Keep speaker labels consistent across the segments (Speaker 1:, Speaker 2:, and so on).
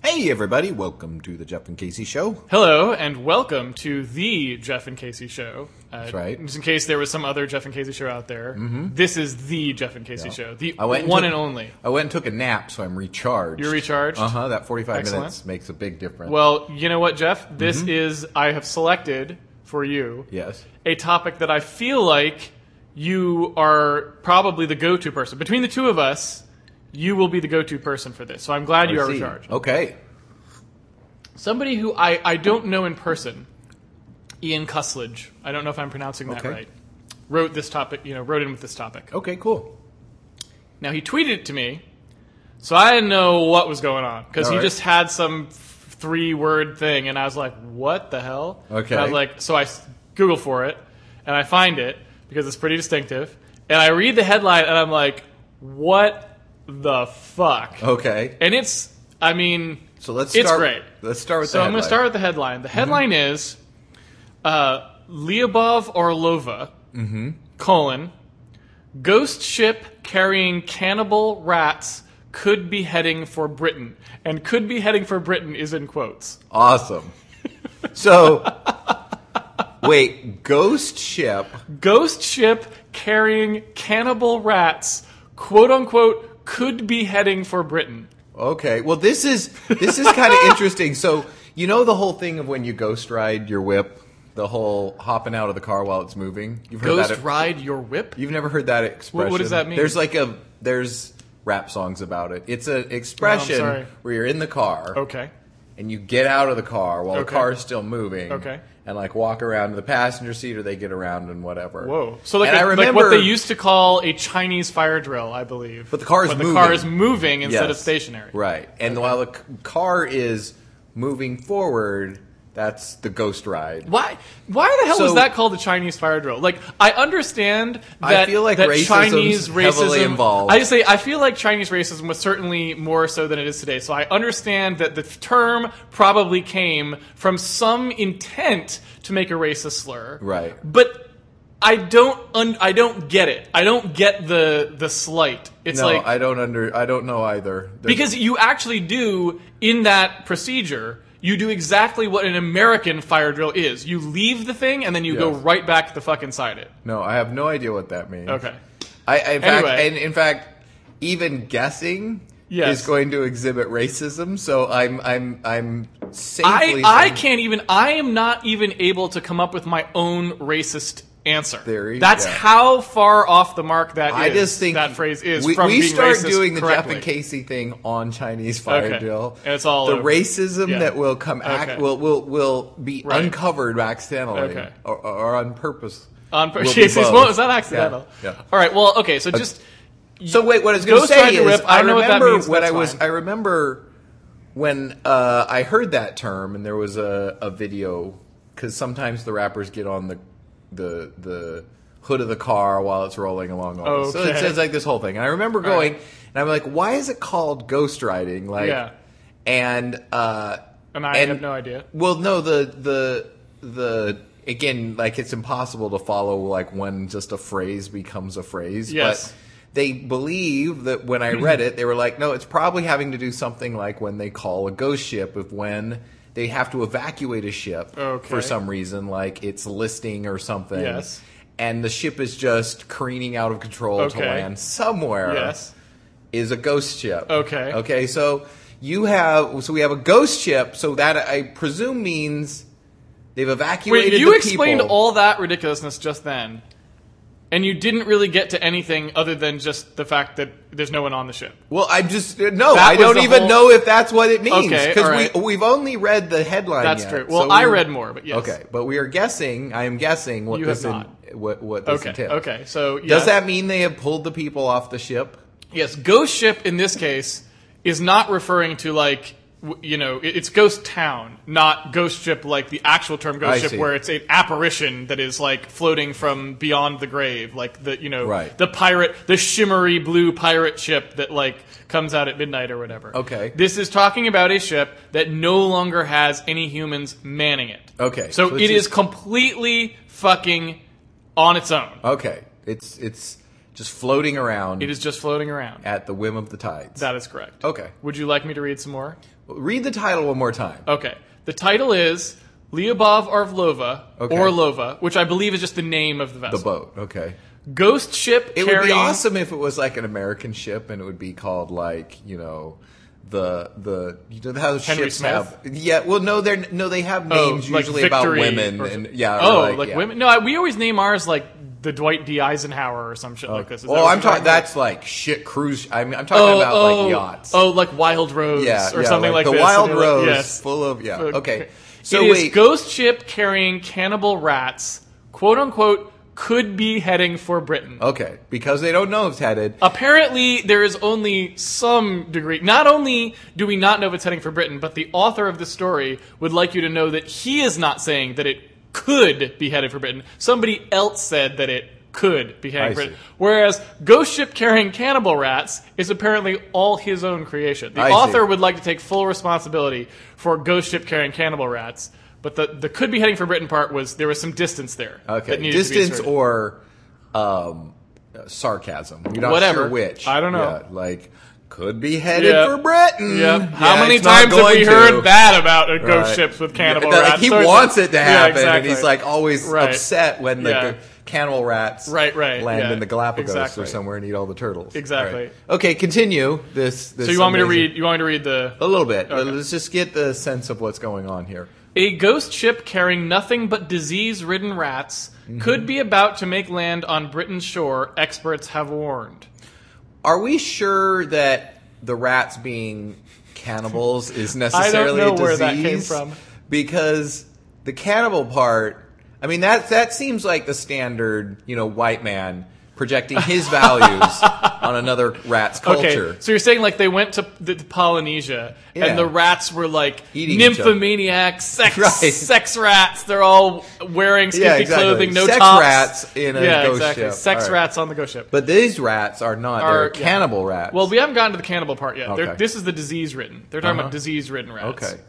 Speaker 1: Hey, everybody, welcome to the Jeff and Casey Show.
Speaker 2: Hello and welcome to the Jeff and Casey Show. Uh,
Speaker 1: That's right. Mm-hmm.
Speaker 2: Just in case there was some other Jeff and Casey show out there, this is the Jeff and Casey show, the
Speaker 1: I went and
Speaker 2: one
Speaker 1: took-
Speaker 2: and only.
Speaker 1: I went and took a nap, so I'm recharged.
Speaker 2: You're recharged?
Speaker 1: Uh huh. That 45
Speaker 2: Excellent.
Speaker 1: minutes makes a big difference.
Speaker 2: Well, you know what, Jeff?
Speaker 1: Mm-hmm.
Speaker 2: This is I have selected for you
Speaker 1: yes.
Speaker 2: a topic that I feel like you are probably the go-to person between the two of us. You will be the go-to person for this, so I'm glad you
Speaker 1: I
Speaker 2: are
Speaker 1: see.
Speaker 2: recharged.
Speaker 1: Okay.
Speaker 2: Somebody who I, I don't know in person, Ian Cuslidge. I don't know if I'm pronouncing that
Speaker 1: Okay.
Speaker 2: right. Wrote this topic, you know, wrote in with this topic.
Speaker 1: Okay, cool.
Speaker 2: Now he tweeted it to me, so I didn't know what was going on because
Speaker 1: All
Speaker 2: he
Speaker 1: right.
Speaker 2: just had some three word thing, and I was like, "What the hell?"
Speaker 1: Okay.
Speaker 2: And I was like, so I s- Google for it, and I find it because it's pretty distinctive, and I read the headline, and I'm like, "What the fuck?"
Speaker 1: Okay.
Speaker 2: And it's, I mean,
Speaker 1: So let's
Speaker 2: It's
Speaker 1: start.
Speaker 2: great.
Speaker 1: Let's start with
Speaker 2: so
Speaker 1: the
Speaker 2: I'm going to
Speaker 1: headline.
Speaker 2: start with the headline. The headline is uh, Lyubov Orlova, colon, ghost ship carrying cannibal rats could be heading for Britain. And could be heading for Britain is in quotes.
Speaker 1: Awesome. So, wait, ghost ship.
Speaker 2: Ghost ship carrying cannibal rats, quote unquote, could be heading for Britain.
Speaker 1: Okay. Well, this is this is kind of interesting. So, you know the whole thing of when you ghost ride your whip, the whole hopping out of the car while it's moving. You've heard
Speaker 2: Ghost
Speaker 1: that
Speaker 2: ride your whip?
Speaker 1: You've never heard that expression.
Speaker 2: does that mean?
Speaker 1: There's like a there's rap songs about it. It's an expression
Speaker 2: Oh, sorry.
Speaker 1: where you're in the car
Speaker 2: Okay.
Speaker 1: and you get out of the car while the
Speaker 2: Okay.
Speaker 1: car's still moving.
Speaker 2: Okay.
Speaker 1: And like walk around to the passenger seat or they get around and whatever.
Speaker 2: Whoa! So like,
Speaker 1: and
Speaker 2: a,
Speaker 1: I
Speaker 2: like
Speaker 1: remember
Speaker 2: what they used to call a Chinese fire drill, I believe.
Speaker 1: But the car is
Speaker 2: when
Speaker 1: moving.
Speaker 2: the car is moving instead
Speaker 1: Yes.
Speaker 2: of stationary.
Speaker 1: Right. And while the c- car is moving forward, that's the ghost ride.
Speaker 2: Why? Why the hell
Speaker 1: So-
Speaker 2: is that called a Chinese fire drill? Like, I understand
Speaker 1: I
Speaker 2: that,
Speaker 1: feel like
Speaker 2: that
Speaker 1: racism's
Speaker 2: Chinese racism
Speaker 1: heavily involved.
Speaker 2: I just say I feel like Chinese racism was certainly more so than it is today. So I understand that the term probably came from some intent to make a racist slur.
Speaker 1: Right.
Speaker 2: But I don't. Un- I don't get it. I don't get the the slight. It's
Speaker 1: No,
Speaker 2: like
Speaker 1: I don't under I don't know either. There's-
Speaker 2: Because you actually do, in that procedure, you do exactly what an American fire drill is. You leave the thing and then you go
Speaker 1: Yes.
Speaker 2: right back the fuck inside it.
Speaker 1: no, I have no idea what that means.
Speaker 2: Okay.
Speaker 1: I, I- in fact,
Speaker 2: Anyway.
Speaker 1: and in fact, even guessing
Speaker 2: Yes.
Speaker 1: is going to exhibit racism. So I'm, I'm, I'm
Speaker 2: I,
Speaker 1: safely.
Speaker 2: I
Speaker 1: saying-
Speaker 2: can't even, I am not even able to come up with my own racist answer.
Speaker 1: Theory,
Speaker 2: That's
Speaker 1: yeah.
Speaker 2: how far off the mark that
Speaker 1: I
Speaker 2: is,
Speaker 1: just think
Speaker 2: that phrase is
Speaker 1: We,
Speaker 2: from
Speaker 1: we
Speaker 2: being
Speaker 1: start
Speaker 2: racist
Speaker 1: doing the
Speaker 2: correctly.
Speaker 1: Jeff and Casey thing on Chinese fire
Speaker 2: Okay.
Speaker 1: drill.
Speaker 2: And it's all
Speaker 1: the
Speaker 2: over.
Speaker 1: racism
Speaker 2: Yeah.
Speaker 1: that will come act
Speaker 2: Okay.
Speaker 1: will will will be
Speaker 2: Right.
Speaker 1: uncovered accidentally
Speaker 2: Okay.
Speaker 1: or, or on purpose.
Speaker 2: On per-
Speaker 1: Will be
Speaker 2: Jesus,
Speaker 1: both.
Speaker 2: well, is that accidental?
Speaker 1: Yeah. Yeah.
Speaker 2: All right. Well, okay. So just
Speaker 1: So wait, what I was going to
Speaker 2: Ghost
Speaker 1: say
Speaker 2: Rider
Speaker 1: is,
Speaker 2: Rip,
Speaker 1: I,
Speaker 2: I know what that
Speaker 1: remember
Speaker 2: means,
Speaker 1: when I
Speaker 2: that's
Speaker 1: was.
Speaker 2: fine.
Speaker 1: I remember when uh, I heard that term, and there was a, a video because sometimes the rappers get on the the the hood of the car while it's rolling along. all this. So it
Speaker 2: Okay.
Speaker 1: says like this whole thing. And I remember going,
Speaker 2: right.
Speaker 1: and I'm like, why is it called ghost riding? Like,
Speaker 2: Yeah.
Speaker 1: and uh,
Speaker 2: And I have no idea.
Speaker 1: Well, no, the the the. Again, like it's impossible to follow like when just a phrase becomes a phrase.
Speaker 2: Yes.
Speaker 1: But they believe that when I read it, they were like, no, it's probably having to do something like when they call a ghost ship, if when they have to evacuate a ship
Speaker 2: Okay.
Speaker 1: for some reason, like it's listing or something.
Speaker 2: Yes.
Speaker 1: And the ship is just careening out of control to
Speaker 2: Okay.
Speaker 1: land somewhere.
Speaker 2: yes.
Speaker 1: Is a ghost ship.
Speaker 2: Okay.
Speaker 1: Okay. So you have, so we have a ghost ship. So that I presume means they've evacuated
Speaker 2: Wait, you
Speaker 1: the
Speaker 2: explained
Speaker 1: people.
Speaker 2: all that ridiculousness just then, and you didn't really get to anything other than just the fact that there's no one on the ship.
Speaker 1: Well, I just uh, no.
Speaker 2: That
Speaker 1: I
Speaker 2: was
Speaker 1: don't
Speaker 2: the
Speaker 1: even
Speaker 2: whole-
Speaker 1: know if that's what it means
Speaker 2: Okay,
Speaker 1: because
Speaker 2: all right.
Speaker 1: we we've only read the headline.
Speaker 2: That's
Speaker 1: yet,
Speaker 2: true. Well,
Speaker 1: so
Speaker 2: I
Speaker 1: we're-
Speaker 2: read more, but yes.
Speaker 1: Okay, but we are guessing. I am guessing what
Speaker 2: You
Speaker 1: this
Speaker 2: have
Speaker 1: in-
Speaker 2: not.
Speaker 1: what what this
Speaker 2: Okay.
Speaker 1: entails.
Speaker 2: Okay. So yeah.
Speaker 1: Does that mean they have pulled the people off the ship?
Speaker 2: yes? Ghost ship in this case is not referring to like w- you know it- it's ghost town, not ghost ship like the actual term ghost
Speaker 1: I
Speaker 2: ship,
Speaker 1: see.
Speaker 2: where it's an apparition that is like floating from beyond the grave, like the you know
Speaker 1: Right.
Speaker 2: the pirate, the shimmery blue pirate ship that like comes out at midnight or whatever.
Speaker 1: Okay.
Speaker 2: This is talking about a ship that no longer has any humans manning it.
Speaker 1: Okay,
Speaker 2: So,
Speaker 1: so
Speaker 2: it
Speaker 1: it's
Speaker 2: is
Speaker 1: just-
Speaker 2: completely fucking on its own.
Speaker 1: Okay, it's it's just floating around
Speaker 2: It is just floating around.
Speaker 1: at the whim of the tides.
Speaker 2: That is correct.
Speaker 1: Okay.
Speaker 2: Would you like me to read some more?
Speaker 1: Read the title one more time.
Speaker 2: Okay. The title is Lyubov Orlova,
Speaker 1: Okay.
Speaker 2: Orlova, which I believe is just the name of the
Speaker 1: The
Speaker 2: vessel.
Speaker 1: boat. Okay.
Speaker 2: Ghost ship
Speaker 1: It
Speaker 2: carrying
Speaker 1: would be awesome if it was like an American ship and it would be called like, you know, the the you know how
Speaker 2: Henry
Speaker 1: ships
Speaker 2: Smith?
Speaker 1: have yeah well no they're no they have
Speaker 2: oh,
Speaker 1: names
Speaker 2: like
Speaker 1: usually about
Speaker 2: Victory
Speaker 1: women
Speaker 2: or-
Speaker 1: and yeah or
Speaker 2: Oh, like
Speaker 1: yeah.
Speaker 2: women? No, I- we always name ours like the Dwight D. Eisenhower or some shit like this. Is that
Speaker 1: Oh. well
Speaker 2: what
Speaker 1: I'm
Speaker 2: you're
Speaker 1: talking
Speaker 2: about?
Speaker 1: that's like shit cruise I mean I'm talking
Speaker 2: oh,
Speaker 1: about
Speaker 2: oh,
Speaker 1: like yachts
Speaker 2: Oh, like Wild Rose
Speaker 1: yeah
Speaker 2: or
Speaker 1: yeah,
Speaker 2: something like,
Speaker 1: the
Speaker 2: this.
Speaker 1: wild
Speaker 2: And you're
Speaker 1: rose
Speaker 2: like- yes.
Speaker 1: full of yeah okay
Speaker 2: So
Speaker 1: so
Speaker 2: it is
Speaker 1: wait
Speaker 2: ghost ship carrying cannibal rats, quote unquote, could be heading for Britain.
Speaker 1: okay because they don't know if it's headed
Speaker 2: Apparently, there is only some degree. Not only do we not know if it's heading for Britain, but the author of the story would like you to know that he is not saying that it could be headed for Britain. Somebody else said that it could be heading
Speaker 1: I
Speaker 2: for Britain.
Speaker 1: see.
Speaker 2: Whereas Ghost Ship Carrying Cannibal Rats is apparently all his own creation. The
Speaker 1: I see.
Speaker 2: author would like to take full responsibility for Ghost Ship Carrying Cannibal Rats, but the, the could be heading for Britain part was there was some distance there.
Speaker 1: Okay,
Speaker 2: that needed to be
Speaker 1: distance
Speaker 2: asserted.
Speaker 1: or um, sarcasm. You're not
Speaker 2: Whatever.
Speaker 1: sure which.
Speaker 2: I don't know.
Speaker 1: Yeah, like could be headed
Speaker 2: Yeah.
Speaker 1: for Britain.
Speaker 2: Yep.
Speaker 1: Yeah,
Speaker 2: How many
Speaker 1: it's not
Speaker 2: times have
Speaker 1: going
Speaker 2: we
Speaker 1: to.
Speaker 2: heard that about uh,
Speaker 1: Right.
Speaker 2: ghost ships with cannibal
Speaker 1: Yeah, like,
Speaker 2: rats?
Speaker 1: He
Speaker 2: So it's
Speaker 1: wants
Speaker 2: like-
Speaker 1: it to
Speaker 2: Yeah,
Speaker 1: happen, and
Speaker 2: exactly.
Speaker 1: he's like "Oh, always
Speaker 2: Right.
Speaker 1: upset when the
Speaker 2: Yeah.
Speaker 1: g- cannibal rats
Speaker 2: Right, right,
Speaker 1: land
Speaker 2: yeah,
Speaker 1: in the Galapagos
Speaker 2: exactly.
Speaker 1: or somewhere and eat all the turtles.
Speaker 2: Exactly.
Speaker 1: Right. Okay, continue this. this
Speaker 2: So you want me to
Speaker 1: amazing-
Speaker 2: read? You want me to read the
Speaker 1: a little bit?
Speaker 2: Okay.
Speaker 1: Let's just get the sense of what's going on here.
Speaker 2: a ghost ship carrying nothing but disease-ridden rats
Speaker 1: Mm-hmm.
Speaker 2: could be about to make land on Britain's shore. Experts have warned.
Speaker 1: Are we sure that the rats being cannibals is
Speaker 2: I don't
Speaker 1: necessarily
Speaker 2: know
Speaker 1: a disease?
Speaker 2: where that came from.
Speaker 1: Because the cannibal part, I mean that that seems like the standard, you know, white man projecting his values on another rat's culture.
Speaker 2: Okay, so you're saying like they went to the, to Polynesia
Speaker 1: Yeah.
Speaker 2: and the rats were like
Speaker 1: Eating each other.
Speaker 2: nymphomaniacs, sex
Speaker 1: Right.
Speaker 2: sex rats. They're all wearing skimpy
Speaker 1: Yeah, exactly.
Speaker 2: clothing, no
Speaker 1: Sex
Speaker 2: tops.
Speaker 1: rats in a
Speaker 2: yeah,
Speaker 1: ghost
Speaker 2: exactly.
Speaker 1: ship.
Speaker 2: Sex
Speaker 1: All right.
Speaker 2: rats on the ghost ship.
Speaker 1: But these rats are not;
Speaker 2: Are-
Speaker 1: they're
Speaker 2: yeah.
Speaker 1: cannibal rats.
Speaker 2: Well, we haven't gotten to the cannibal part yet. They're-
Speaker 1: Okay.
Speaker 2: This is the disease ridden. They're talking
Speaker 1: Uh-huh.
Speaker 2: about disease ridden rats.
Speaker 1: okay,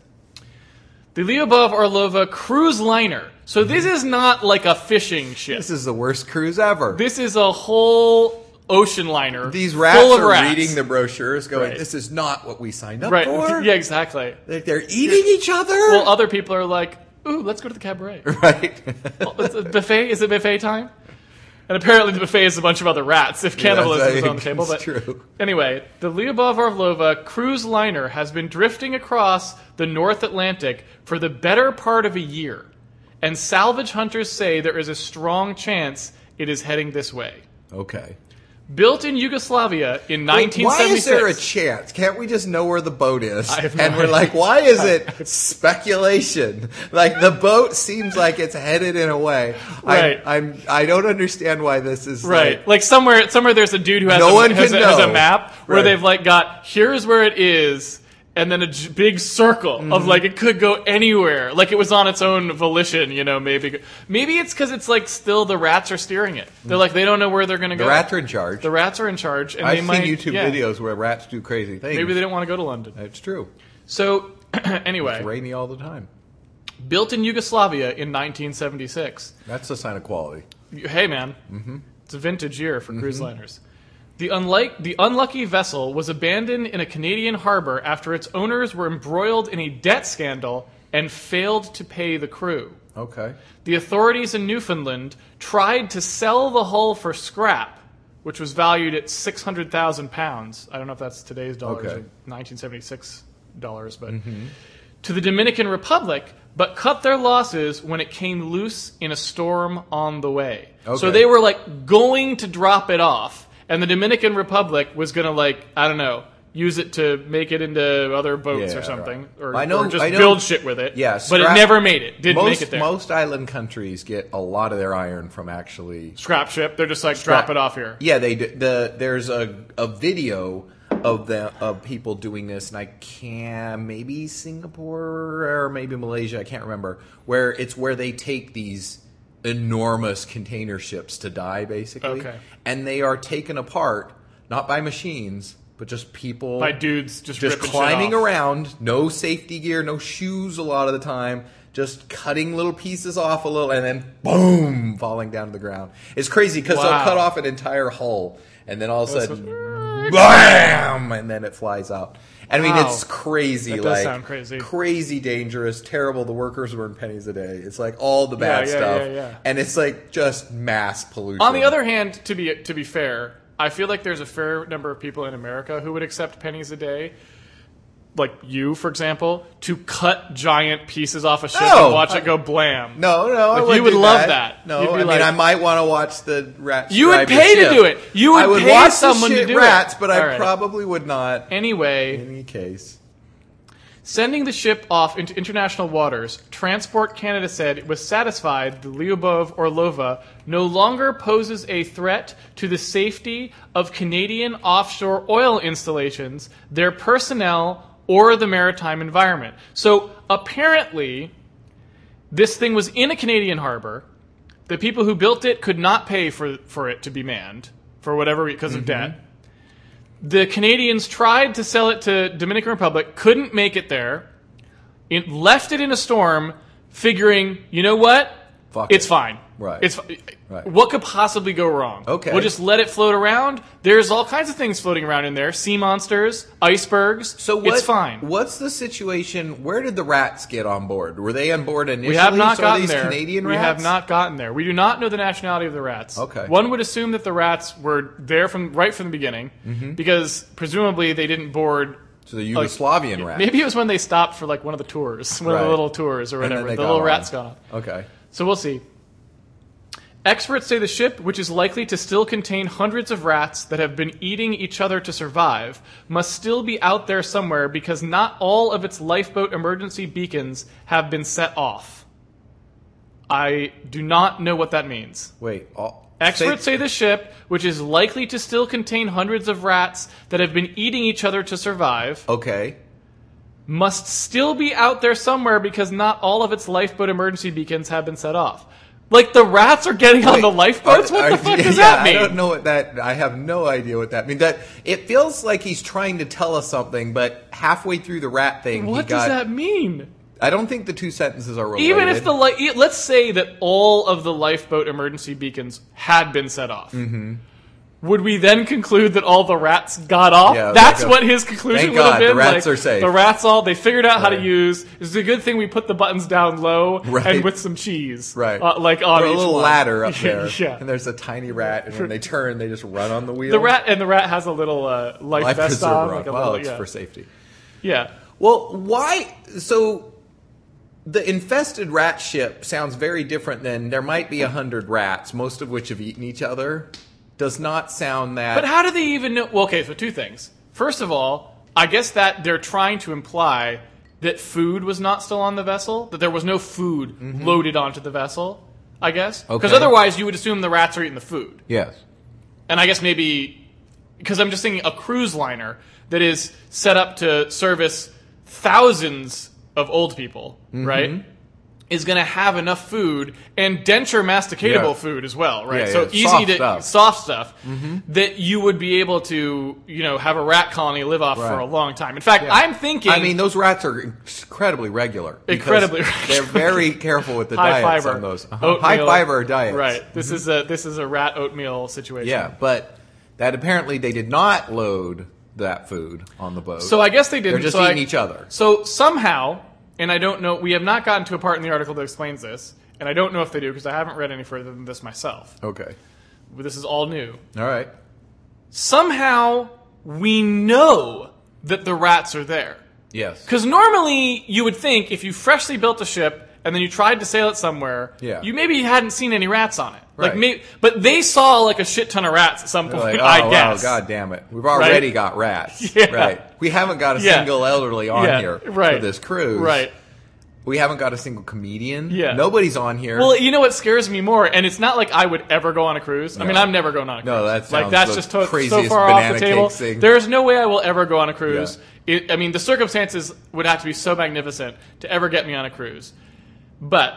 Speaker 2: The Lyubov Orlova cruise liner. So this is not like a fishing ship.
Speaker 1: Mm-hmm. this is the worst cruise ever.
Speaker 2: This is a whole ocean liner.
Speaker 1: these rats
Speaker 2: full of
Speaker 1: are
Speaker 2: rats.
Speaker 1: reading the brochures, going,
Speaker 2: Right.
Speaker 1: "This is not what we signed up
Speaker 2: right.
Speaker 1: for."
Speaker 2: Yeah, exactly.
Speaker 1: Like, they're eating each other.
Speaker 2: Well, other people are like, "Ooh, let's go to the cabaret.
Speaker 1: right.
Speaker 2: Oh, it's a buffet? Is it buffet time?" And apparently, the buffet is a bunch of other rats. If cannibalism
Speaker 1: that's-
Speaker 2: is on the table, but
Speaker 1: that's true.
Speaker 2: anyway, the Lyubov Orlova cruise liner has been drifting across the North Atlantic for the better part of a year, and salvage hunters say there is a strong chance it is heading this way.
Speaker 1: Okay.
Speaker 2: Built in Yugoslavia in
Speaker 1: Why is
Speaker 2: 1976.
Speaker 1: there a chance? Can't we just know where the boat is?
Speaker 2: have no
Speaker 1: and we're
Speaker 2: idea.
Speaker 1: like, why is it speculation? Like the boat seems like it's headed in a way.
Speaker 2: Right.
Speaker 1: I, I'm. I don't understand why this is
Speaker 2: Right,
Speaker 1: like-
Speaker 2: like somewhere, somewhere there's a dude who has,
Speaker 1: No
Speaker 2: a,
Speaker 1: one
Speaker 2: has, a,
Speaker 1: can
Speaker 2: has a
Speaker 1: know.
Speaker 2: map where
Speaker 1: Right.
Speaker 2: they've like got here's where it is, and then a j- big circle
Speaker 1: Mm-hmm.
Speaker 2: of like it could go anywhere, like it was on its own volition, you know. Maybe, maybe it's because it's like still the rats are steering it. They're like they don't know where they're gonna
Speaker 1: the
Speaker 2: go.
Speaker 1: rats are in charge.
Speaker 2: the rats are in charge, and
Speaker 1: I've
Speaker 2: they
Speaker 1: seen
Speaker 2: might.
Speaker 1: YouTube
Speaker 2: yeah,
Speaker 1: videos where rats do crazy things.
Speaker 2: Maybe they don't want to go to London.
Speaker 1: It's true.
Speaker 2: So anyway,
Speaker 1: It's rainy all the time.
Speaker 2: built in Yugoslavia in 1976.
Speaker 1: That's a sign of quality.
Speaker 2: Hey, man. It's a vintage year for cruise liners. The, unlike, the unlucky vessel was abandoned in a Canadian harbor after its owners were embroiled in a debt scandal and failed to pay the crew.
Speaker 1: Okay.
Speaker 2: The authorities in Newfoundland tried to sell the hull for scrap, which was valued at 600,000 pounds. I don't know if that's today's dollars
Speaker 1: Okay. Mm-hmm.
Speaker 2: or 1976 dollars, but to the Dominican Republic, but cut their losses when it came loose in a storm on the way. So
Speaker 1: Okay.
Speaker 2: they were like going to drop it off, and the Dominican Republic was going to like, I don't know, use it to make it into other boats
Speaker 1: Yeah,
Speaker 2: or something,
Speaker 1: right.
Speaker 2: or,
Speaker 1: I know-
Speaker 2: or just
Speaker 1: I know-
Speaker 2: build shit with it.
Speaker 1: Yeah,
Speaker 2: but it
Speaker 1: scrap-
Speaker 2: never made it. Didn't
Speaker 1: most
Speaker 2: make it there.
Speaker 1: most island countries get a lot of their iron from actually
Speaker 2: scrap ship. They're just like drop it off here.
Speaker 1: Yeah, they do. The there's a a video of the of people doing this, and I can maybe Singapore or maybe Malaysia, I can't remember. Where it's where they take these enormous container ships to die, basically,
Speaker 2: Okay.
Speaker 1: and they are taken apart not by machines, but just people
Speaker 2: My dudes just
Speaker 1: just
Speaker 2: ripping shit
Speaker 1: climbing
Speaker 2: off.
Speaker 1: around, no safety gear, no shoes a lot of the time, just cutting little pieces off a little and then boom, falling down to the ground. It's crazy because
Speaker 2: Wow.
Speaker 1: they'll cut off an entire hull and then all of a
Speaker 2: That's
Speaker 1: sudden bam, and then it flies out. I mean,
Speaker 2: Wow.
Speaker 1: it's crazy.
Speaker 2: That does
Speaker 1: like
Speaker 2: sound crazy.
Speaker 1: crazy dangerous, terrible. The workers earn pennies a day. It's like all the bad
Speaker 2: yeah,
Speaker 1: stuff,
Speaker 2: yeah, yeah.
Speaker 1: and it's like just mass pollution.
Speaker 2: On the other hand, to be to be fair, I feel like there's a fair number of people in America who would accept pennies a day, like you, for example, to cut giant pieces off a ship
Speaker 1: No,
Speaker 2: and watch
Speaker 1: I-
Speaker 2: it go blam.
Speaker 1: no, no, I
Speaker 2: Like, you
Speaker 1: wouldn't
Speaker 2: would
Speaker 1: do
Speaker 2: love that.
Speaker 1: No,
Speaker 2: You'd
Speaker 1: I
Speaker 2: be
Speaker 1: mean,
Speaker 2: like-
Speaker 1: I might want to watch the rat.
Speaker 2: You
Speaker 1: drive
Speaker 2: would
Speaker 1: the
Speaker 2: pay to
Speaker 1: ship.
Speaker 2: do it. You would
Speaker 1: I would
Speaker 2: pay
Speaker 1: watch
Speaker 2: someone
Speaker 1: the
Speaker 2: to
Speaker 1: shit
Speaker 2: do it.
Speaker 1: rats, but I
Speaker 2: All right.
Speaker 1: probably would not.
Speaker 2: Anyway,
Speaker 1: In any case,
Speaker 2: Sending the ship off into international waters, Transport Canada said it was satisfied the Lyubov Orlova no longer poses a threat to the safety of Canadian offshore oil installations, their personnel, or the maritime environment. So apparently, this thing was in a Canadian harbor. The people who built it could not pay for, for it to be manned for whatever because of debt. The Canadians tried to sell it to Dominican Republic, couldn't make it there. It left it in a storm, figuring, you know what?
Speaker 1: Fuck
Speaker 2: it's
Speaker 1: it.
Speaker 2: fine.
Speaker 1: Right.
Speaker 2: It's
Speaker 1: Right.
Speaker 2: what could possibly go wrong?
Speaker 1: Okay.
Speaker 2: We'll just let it float around. There's all kinds of things floating around in there: sea monsters, icebergs.
Speaker 1: so what,
Speaker 2: it's fine.
Speaker 1: What's the situation? Where did the rats get on board? Were they on board initially?
Speaker 2: We have not
Speaker 1: so are
Speaker 2: gotten
Speaker 1: these
Speaker 2: there.
Speaker 1: Canadian
Speaker 2: we
Speaker 1: rats?
Speaker 2: have not gotten there. We do not know the nationality of the rats.
Speaker 1: Okay.
Speaker 2: One would assume that the rats were there from right from the beginning
Speaker 1: Mm-hmm.
Speaker 2: because presumably they didn't board.
Speaker 1: So the Yugoslavian rats.
Speaker 2: Oh, Maybe it was when they stopped for like one of the tours, one of
Speaker 1: Right.
Speaker 2: the little tours or
Speaker 1: And then
Speaker 2: whatever.
Speaker 1: they
Speaker 2: The
Speaker 1: got
Speaker 2: little
Speaker 1: on.
Speaker 2: rats got off.
Speaker 1: Okay.
Speaker 2: So we'll see. Experts say the ship, which is likely to still contain hundreds of rats that have been eating each other to survive, must still be out there somewhere because not all of its lifeboat emergency beacons have been set off. I do not know what that means.
Speaker 1: Wait. All,
Speaker 2: Experts say the ship, which is likely to still contain hundreds of rats that have been eating each other to survive,
Speaker 1: Okay.
Speaker 2: must still be out there somewhere because not all of its lifeboat emergency beacons have been set off. Like the rats are getting on the lifeboats. What
Speaker 1: Are-
Speaker 2: the fuck does
Speaker 1: yeah,
Speaker 2: that mean?
Speaker 1: I don't know what that. I have no idea what that means. That it feels like he's trying to tell us something, but halfway through the rat thing,
Speaker 2: What
Speaker 1: he
Speaker 2: does
Speaker 1: got.
Speaker 2: that mean?
Speaker 1: I don't think the two sentences are related.
Speaker 2: Even if the li- e- let's say that all of the lifeboat emergency beacons had been set off.
Speaker 1: Mm-hmm.
Speaker 2: Would we then conclude that all the rats got off?
Speaker 1: Yeah,
Speaker 2: That's
Speaker 1: like a-
Speaker 2: what his conclusion
Speaker 1: Thank
Speaker 2: would have
Speaker 1: God,
Speaker 2: been.
Speaker 1: the rats
Speaker 2: like,
Speaker 1: are safe.
Speaker 2: The rats all they figured out how to
Speaker 1: Right.
Speaker 2: use. It's a good thing we put the buttons down low
Speaker 1: Right.
Speaker 2: and with some cheese,
Speaker 1: Right.
Speaker 2: Uh, like on
Speaker 1: Or a
Speaker 2: each
Speaker 1: little
Speaker 2: one.
Speaker 1: ladder up
Speaker 2: Yeah,
Speaker 1: there,
Speaker 2: yeah.
Speaker 1: and there's a tiny rat, and when they turn, they just run on the wheel.
Speaker 2: The rat and the rat has a little uh, life,
Speaker 1: life
Speaker 2: vest
Speaker 1: preserver
Speaker 2: on,
Speaker 1: on.
Speaker 2: like a
Speaker 1: Well,
Speaker 2: little,
Speaker 1: it's
Speaker 2: yeah.
Speaker 1: for safety.
Speaker 2: yeah.
Speaker 1: Well, why? So the infested rat ship sounds very different than there might be a hundred rats, most of which have eaten each other. Does not sound that.
Speaker 2: But how do they even know? Well, okay, so two things. First of all, I guess that they're trying to imply that food was not still on the vessel, that there was no food loaded onto the vessel. I guess because
Speaker 1: Mm-hmm. Okay.
Speaker 2: otherwise you would assume the rats are eating the food.
Speaker 1: yes.
Speaker 2: and I guess maybe because I'm just thinking a cruise liner that is set up to service thousands of old people,
Speaker 1: Mm-hmm.
Speaker 2: right? Is going to have enough food and denture masticatable
Speaker 1: Yeah.
Speaker 2: food as well, right?
Speaker 1: Yeah,
Speaker 2: so
Speaker 1: yeah,
Speaker 2: easy
Speaker 1: soft
Speaker 2: to
Speaker 1: stuff. Mm-hmm.
Speaker 2: soft stuff that you would be able to, you know, have a rat colony live off for
Speaker 1: Right.
Speaker 2: a long time. In fact, I'm thinking.
Speaker 1: I mean, those rats are incredibly regular. because
Speaker 2: Incredibly regular.
Speaker 1: They're very careful with the
Speaker 2: high
Speaker 1: diets
Speaker 2: fiber,
Speaker 1: on those. Uh-huh.
Speaker 2: oatmeal,
Speaker 1: High fiber diets. Mm-hmm.
Speaker 2: Right. This is a this is a rat oatmeal situation.
Speaker 1: Yeah, but that apparently they did not load that food on the boat.
Speaker 2: So I guess they didn't.
Speaker 1: just
Speaker 2: so I-
Speaker 1: eating each other.
Speaker 2: So somehow, and I don't know, we have not gotten to a part in the article that explains this, and I don't know if they do because I haven't read any further than this myself.
Speaker 1: okay.
Speaker 2: But This is all new.
Speaker 1: All right.
Speaker 2: Somehow, we know that the rats are there.
Speaker 1: Yes.
Speaker 2: Because normally, you would think if you freshly built a ship and then you tried to sail it somewhere,
Speaker 1: Yeah.
Speaker 2: you maybe hadn't seen any rats on it. Like,
Speaker 1: Right.
Speaker 2: may- but they saw like a shit ton of rats at some
Speaker 1: They're
Speaker 2: point.
Speaker 1: like, oh,
Speaker 2: I
Speaker 1: wow,
Speaker 2: guess.
Speaker 1: God damn it. We've already got rats.
Speaker 2: Yeah.
Speaker 1: Right. We haven't got a
Speaker 2: Yeah.
Speaker 1: single elderly on
Speaker 2: Yeah,
Speaker 1: here
Speaker 2: right.
Speaker 1: for this cruise.
Speaker 2: Right.
Speaker 1: We haven't got a single comedian.
Speaker 2: Yeah.
Speaker 1: Nobody's on here.
Speaker 2: Well, you know what scares me more, and it's not like I would ever go on a cruise. I mean, I'm never going on a cruise.
Speaker 1: No, that
Speaker 2: like
Speaker 1: sounds
Speaker 2: that's
Speaker 1: the
Speaker 2: just to- so
Speaker 1: craziest
Speaker 2: far off
Speaker 1: banana
Speaker 2: the table.
Speaker 1: cake thing.
Speaker 2: There's no way I will ever go on a cruise. It, I mean, the circumstances would have to be so magnificent to ever get me on a cruise. But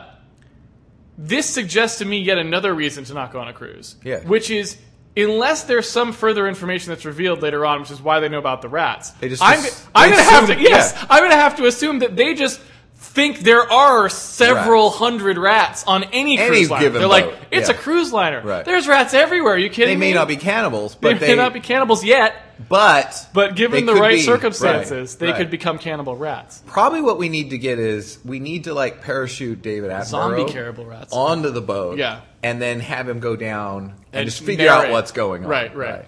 Speaker 2: this suggests to me yet another reason to not go on a cruise.
Speaker 1: Yeah.
Speaker 2: Which is. Unless there's some further information that's revealed later on, which is why they know about the rats,
Speaker 1: They just
Speaker 2: I'm,
Speaker 1: ass-
Speaker 2: I'm
Speaker 1: they
Speaker 2: gonna have to
Speaker 1: assume-
Speaker 2: yes,
Speaker 1: yeah.
Speaker 2: I'm gonna have to assume that they just think there are several hundred rats on any
Speaker 1: Any
Speaker 2: cruise liner.
Speaker 1: given
Speaker 2: They're like,
Speaker 1: boat,
Speaker 2: it's
Speaker 1: yeah.
Speaker 2: a cruise liner.
Speaker 1: Right.
Speaker 2: There's rats everywhere. Are you kidding
Speaker 1: They may
Speaker 2: me?
Speaker 1: not be cannibals,
Speaker 2: They
Speaker 1: but
Speaker 2: may not be cannibals yet,
Speaker 1: But
Speaker 2: but given
Speaker 1: they
Speaker 2: the
Speaker 1: could
Speaker 2: right
Speaker 1: be.
Speaker 2: circumstances,
Speaker 1: Right,
Speaker 2: they
Speaker 1: right.
Speaker 2: could become cannibal rats.
Speaker 1: Probably what we need to get is we need to like parachute David Attenborough
Speaker 2: Zombie cannibal rats.
Speaker 1: onto the boat,
Speaker 2: Yeah.
Speaker 1: and then have him go down and,
Speaker 2: And
Speaker 1: just figure out
Speaker 2: narrate.
Speaker 1: what's going on.
Speaker 2: Right, right.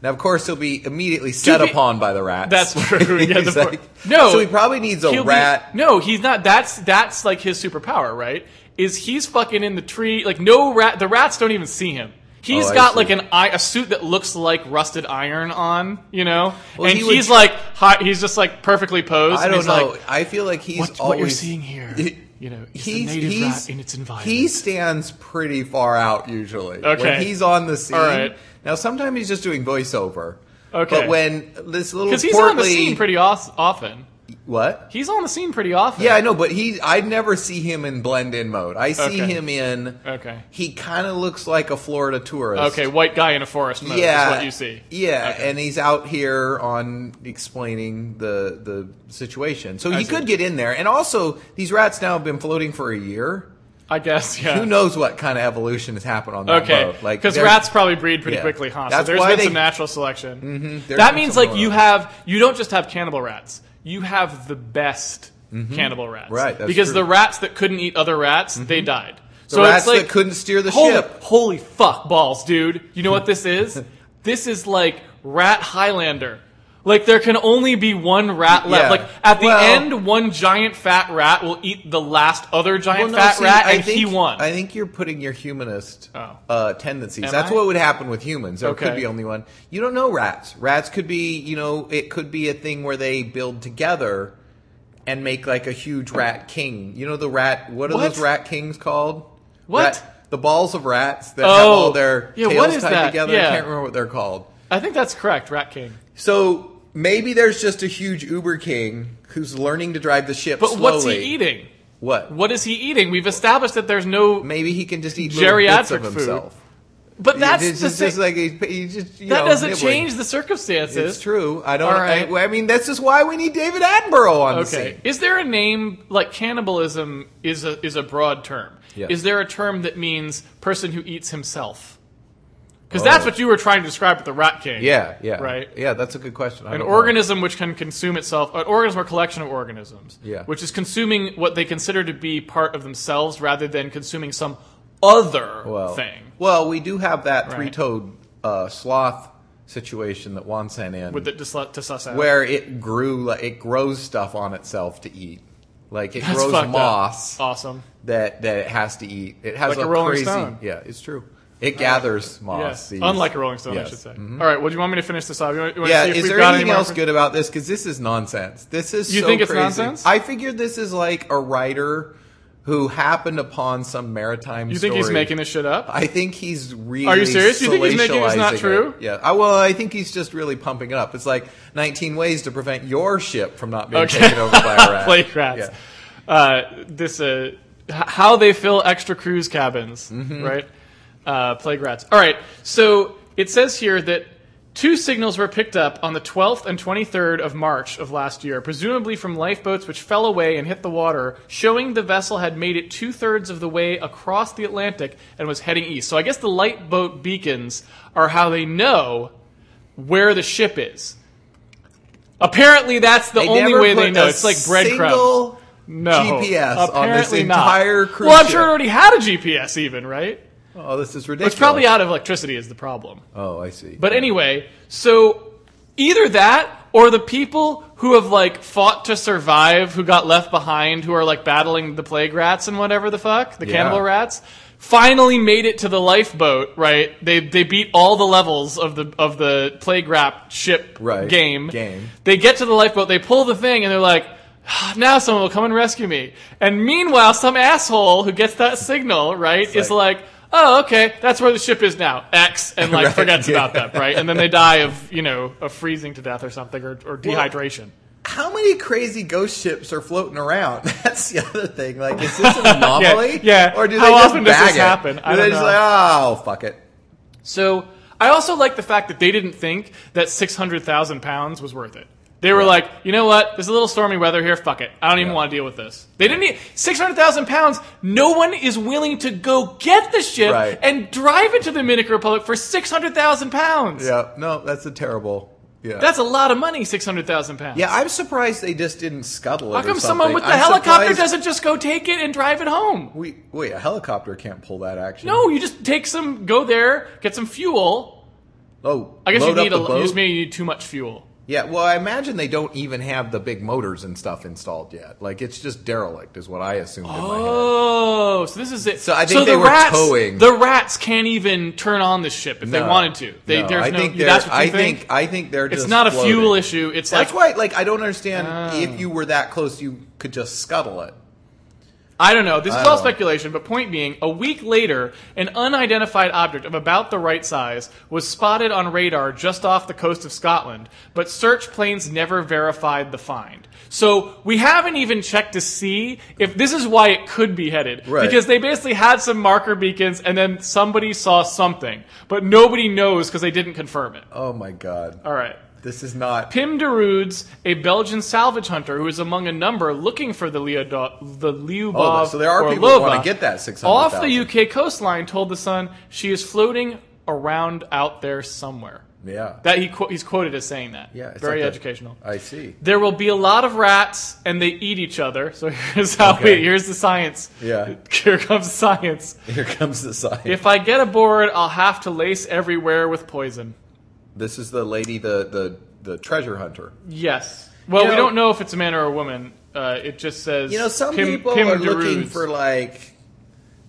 Speaker 1: Now, of course, he'll be immediately set
Speaker 2: be-
Speaker 1: upon by the rats.
Speaker 2: That's true. Yeah,
Speaker 1: He's
Speaker 2: the poor-
Speaker 1: like-
Speaker 2: No.
Speaker 1: so he probably needs a
Speaker 2: He'll be-
Speaker 1: rat.
Speaker 2: no, he's not. That's that's like his superpower, right? Is he's fucking in the tree? Like no rat. The rats don't even see him. He's
Speaker 1: Oh, I
Speaker 2: got
Speaker 1: see.
Speaker 2: like an eye, a suit that looks like rusted iron on, you know,
Speaker 1: Well,
Speaker 2: and
Speaker 1: he would-
Speaker 2: he's like hi, he's just like perfectly posed.
Speaker 1: I
Speaker 2: and
Speaker 1: don't
Speaker 2: he's
Speaker 1: know.
Speaker 2: Like,
Speaker 1: I feel like he's
Speaker 2: what,
Speaker 1: always
Speaker 2: what you're seeing here, you know, is the
Speaker 1: He's-
Speaker 2: native
Speaker 1: he's-
Speaker 2: rat in its environment.
Speaker 1: He stands pretty far out usually. When
Speaker 2: Okay.
Speaker 1: he's on the scene.
Speaker 2: All right.
Speaker 1: Now sometimes he's just doing voiceover.
Speaker 2: Okay.
Speaker 1: But when this little
Speaker 2: because he's
Speaker 1: portly
Speaker 2: on the scene pretty os- often.
Speaker 1: what?
Speaker 2: He's on the scene pretty often.
Speaker 1: Yeah, I know, but he I never see him in blend in mode. I see
Speaker 2: Okay.
Speaker 1: him in
Speaker 2: Okay.
Speaker 1: he kind of looks like a Florida tourist.
Speaker 2: Okay, white guy in a forest mode
Speaker 1: Yeah.
Speaker 2: is what you see.
Speaker 1: Yeah, and he's out here on explaining the the situation. So he
Speaker 2: see.
Speaker 1: could get in there. And also these rats now have been floating for a year.
Speaker 2: I guess, yeah.
Speaker 1: Who knows what kind of evolution has happened on that
Speaker 2: Okay,
Speaker 1: boat?
Speaker 2: because
Speaker 1: they're-
Speaker 2: rats probably breed pretty
Speaker 1: Yeah.
Speaker 2: quickly, huh?
Speaker 1: That's
Speaker 2: so there's
Speaker 1: why
Speaker 2: been
Speaker 1: they-
Speaker 2: some natural selection. Mm-hmm.
Speaker 1: There's
Speaker 2: That
Speaker 1: been
Speaker 2: means
Speaker 1: some
Speaker 2: like you
Speaker 1: going on.
Speaker 2: have you don't just have cannibal rats; you have the best cannibal rats,
Speaker 1: Mm-hmm. Right, that's
Speaker 2: because
Speaker 1: true. Mm-hmm.
Speaker 2: the rats that couldn't eat other rats, they died.
Speaker 1: The
Speaker 2: so
Speaker 1: rats
Speaker 2: it's like
Speaker 1: that couldn't steer the
Speaker 2: holy,
Speaker 1: ship.
Speaker 2: Holy fuck balls, dude! You know what this is? this is like Rat Highlander. Like there can only be one rat left.
Speaker 1: Yeah.
Speaker 2: Like at the
Speaker 1: Well-
Speaker 2: end, one giant fat rat will eat the last other
Speaker 1: Well,
Speaker 2: giant
Speaker 1: no,
Speaker 2: fat
Speaker 1: see,
Speaker 2: rat,
Speaker 1: I
Speaker 2: and
Speaker 1: think,
Speaker 2: he won.
Speaker 1: I think you're putting your humanist
Speaker 2: Oh.
Speaker 1: uh, tendencies.
Speaker 2: Am
Speaker 1: That's
Speaker 2: I?
Speaker 1: what would happen with humans. There
Speaker 2: Okay.
Speaker 1: could be only one. You don't know rats. Rats could be, you know, it could be a thing where they build together and make like a huge rat king. You know the rat. What are
Speaker 2: What?
Speaker 1: those rat kings called?
Speaker 2: What?
Speaker 1: Rat- the balls of rats that have all
Speaker 2: Oh.
Speaker 1: their
Speaker 2: Yeah,
Speaker 1: tails
Speaker 2: what is
Speaker 1: tied
Speaker 2: that?
Speaker 1: together.
Speaker 2: Yeah.
Speaker 1: I can't remember what they're called.
Speaker 2: I think that's correct, Rat King.
Speaker 1: So maybe there's just a huge Uber king who's learning to drive the ship
Speaker 2: But
Speaker 1: slowly.
Speaker 2: what's he eating?
Speaker 1: What?
Speaker 2: What is he eating? We've established that there's no.
Speaker 1: Maybe he can just eat little
Speaker 2: Geriatric
Speaker 1: bits of
Speaker 2: food.
Speaker 1: himself.
Speaker 2: But that's
Speaker 1: it's
Speaker 2: the
Speaker 1: just,
Speaker 2: thing.
Speaker 1: just like he's, he's just you
Speaker 2: that
Speaker 1: know,
Speaker 2: doesn't
Speaker 1: nibbling.
Speaker 2: change the circumstances.
Speaker 1: It's true. I don't.
Speaker 2: All right.
Speaker 1: I, I mean, that's just why we need David Attenborough on the
Speaker 2: Okay.
Speaker 1: scene.
Speaker 2: Is there a name like cannibalism is a is a broad term?
Speaker 1: Yeah.
Speaker 2: Is there a term that means person who eats himself? Because
Speaker 1: Oh.
Speaker 2: that's what you were trying to describe with the rat king.
Speaker 1: Yeah, yeah,
Speaker 2: Right.
Speaker 1: Yeah, that's a good question. I
Speaker 2: An
Speaker 1: don't
Speaker 2: organism which can consume itself, an organism or collection of organisms,
Speaker 1: Yeah.
Speaker 2: which is consuming what they consider to be part of themselves rather than consuming some other
Speaker 1: know. Well,
Speaker 2: thing
Speaker 1: Well, we do have that
Speaker 2: Right.
Speaker 1: three-toed uh, sloth situation that Juan sent in,
Speaker 2: with the dysla- dysautonomia.
Speaker 1: where it grew, like, it grows stuff on itself to eat. Like it
Speaker 2: That's fucked
Speaker 1: grows
Speaker 2: up.
Speaker 1: moss
Speaker 2: Awesome.
Speaker 1: that that it has to eat. It has
Speaker 2: Like a
Speaker 1: a
Speaker 2: Rolling
Speaker 1: crazy.
Speaker 2: Stone. Uh,
Speaker 1: Yeah, it's true. It gathers moss.
Speaker 2: Yes.
Speaker 1: seeds.
Speaker 2: Unlike a Rolling Stone, I
Speaker 1: Yes. Mm-hmm.
Speaker 2: should say. All right. Well, do you want me to finish this off? You want, you want
Speaker 1: Yeah,
Speaker 2: to see if
Speaker 1: is
Speaker 2: we've
Speaker 1: there
Speaker 2: got
Speaker 1: anything
Speaker 2: any more
Speaker 1: else
Speaker 2: for-
Speaker 1: good about this? Because this is nonsense. This is
Speaker 2: You
Speaker 1: so
Speaker 2: think it's
Speaker 1: crazy.
Speaker 2: nonsense?
Speaker 1: I figured this is like a writer who happened upon some maritime.
Speaker 2: You think he's
Speaker 1: story.
Speaker 2: making this shit up?
Speaker 1: I think he's really.
Speaker 2: Are you serious? You think he's making it's not
Speaker 1: salacializing it.
Speaker 2: true?
Speaker 1: Yeah. I, well, I think he's just really pumping it up. It's like 19 ways to prevent your ship from not being taken over by a rat.
Speaker 2: Play rats.
Speaker 1: Yeah.
Speaker 2: Uh, this uh, h- how they fill extra cruise cabins,
Speaker 1: Mm-hmm.
Speaker 2: right? Uh, plague rats. All right. So it says here that two signals were picked up on the 12th and 23rd of March of last year, presumably from lifeboats which fell away and hit the water, showing the vessel had made it two thirds of the way across the Atlantic and was heading east. So I guess the lifeboat beacons are how they know where the ship is. Apparently, that's the
Speaker 1: They
Speaker 2: only
Speaker 1: never
Speaker 2: way
Speaker 1: put
Speaker 2: they know.
Speaker 1: a
Speaker 2: It's like breadcrumbs.
Speaker 1: single
Speaker 2: No,
Speaker 1: GPS on this
Speaker 2: apparently not.
Speaker 1: entire cruise
Speaker 2: Well, I'm sure
Speaker 1: ship.
Speaker 2: it already had a GPS, even right?
Speaker 1: Oh, this is ridiculous.
Speaker 2: It's probably out of electricity is the problem.
Speaker 1: Oh, I see.
Speaker 2: But anyway, so either that or the people who have like fought to survive, who got left behind, who are like battling the plague rats and whatever the fuck, the
Speaker 1: Yeah.
Speaker 2: cannibal rats, finally made it to the lifeboat. Right? They they beat all the levels of the of the plague rat ship
Speaker 1: Right.
Speaker 2: game.
Speaker 1: Game.
Speaker 2: They get to the lifeboat, they pull the thing, and they're like. "Ah, Now someone will come and rescue me. And meanwhile, some asshole who gets that signal, right, is like,
Speaker 1: like-
Speaker 2: oh, okay, that's where the ship is now. X. And like
Speaker 1: Right,
Speaker 2: forgets
Speaker 1: yeah.
Speaker 2: about them, right? And then they die of, you know, of freezing to death or something or, or dehydration.
Speaker 1: How many crazy ghost ships are floating around? That's the other thing. Like, is this an anomaly?
Speaker 2: yeah.
Speaker 1: Or do
Speaker 2: How
Speaker 1: they just
Speaker 2: often does
Speaker 1: bag
Speaker 2: this
Speaker 1: it?
Speaker 2: happen? I
Speaker 1: do
Speaker 2: don't
Speaker 1: they just
Speaker 2: know.
Speaker 1: like, oh, fuck it.
Speaker 2: So I also like the fact that they didn't think that 600,000 pounds was worth it. They were like, you know what? There's a little stormy weather here. Fuck it. I don't even want to deal with this. They didn't e-, need 600,000 pounds. No one is willing to go get the ship
Speaker 1: Right.
Speaker 2: and drive it to the Dominican Republic for 600,000 pounds.
Speaker 1: Yeah, no, that's a terrible. Yeah,
Speaker 2: That's a lot of money, 600,000 pounds.
Speaker 1: yeah. I'm surprised they just didn't scuttle it.
Speaker 2: How
Speaker 1: or
Speaker 2: come someone
Speaker 1: something.
Speaker 2: with the
Speaker 1: I'm
Speaker 2: helicopter
Speaker 1: surprised-
Speaker 2: doesn't just go take it and drive it home?
Speaker 1: We wait, a helicopter can't pull that action.
Speaker 2: No, you just take some, go there, get some fuel.
Speaker 1: Oh,
Speaker 2: I guess
Speaker 1: load
Speaker 2: you
Speaker 1: up
Speaker 2: need, a,
Speaker 1: the
Speaker 2: you
Speaker 1: boat.
Speaker 2: just maybe you need too much fuel.
Speaker 1: yeah, well, I imagine they don't even have the big motors and stuff installed yet. Like it's just derelict, is what I assumed in my head.
Speaker 2: Oh, so this is it.
Speaker 1: So I think
Speaker 2: the
Speaker 1: they were
Speaker 2: rats,
Speaker 1: towing.
Speaker 2: The rats can't even turn on this ship if they
Speaker 1: No.
Speaker 2: wanted to. They,
Speaker 1: No,
Speaker 2: there's
Speaker 1: I
Speaker 2: no.
Speaker 1: think they're-
Speaker 2: that's what you
Speaker 1: I think, I think they're.
Speaker 2: it's
Speaker 1: just
Speaker 2: not a
Speaker 1: floating.
Speaker 2: fuel issue. It's
Speaker 1: That's
Speaker 2: like Ah.
Speaker 1: why, like, I don't understand if you were that close, you could just scuttle it.
Speaker 2: I don't know. This is
Speaker 1: don't
Speaker 2: all
Speaker 1: know.
Speaker 2: speculation, but point being, a week later, an unidentified object of about the right size was spotted on radar just off the coast of Scotland, but search planes never verified the find. So we haven't even checked to see if this is why it could be headed.
Speaker 1: Right.
Speaker 2: Because they basically had some marker beacons and then somebody saw something, but nobody knows because they didn't confirm it.
Speaker 1: Oh my god,
Speaker 2: All right.
Speaker 1: this is not.
Speaker 2: Pim de Roods, a Belgian salvage hunter who is among a number looking for the Leodo- the Lyubov
Speaker 1: Oh, so there are
Speaker 2: or
Speaker 1: people who
Speaker 2: Lova
Speaker 1: wanna get that 600,000.
Speaker 2: off the UK coastline. Told the Sun she is floating around out there somewhere.
Speaker 1: Yeah,
Speaker 2: That he qu- he's quoted as saying that.
Speaker 1: yeah, it's
Speaker 2: very
Speaker 1: like a-
Speaker 2: educational.
Speaker 1: I see.
Speaker 2: There will be a lot of rats, and they eat each other. So here's how
Speaker 1: Okay.
Speaker 2: we here's the science.
Speaker 1: Yeah.
Speaker 2: here comes science.
Speaker 1: Here comes the sign.
Speaker 2: If I get aboard, I'll have to lace everywhere with poison.
Speaker 1: This is the lady, the the the treasure hunter.
Speaker 2: Yes. Well,
Speaker 1: You
Speaker 2: we
Speaker 1: know-
Speaker 2: don't know if it's a man or a woman. Uh, it just says
Speaker 1: You know, some
Speaker 2: Pim-
Speaker 1: people
Speaker 2: Pim
Speaker 1: are
Speaker 2: de
Speaker 1: looking
Speaker 2: Roos.
Speaker 1: for like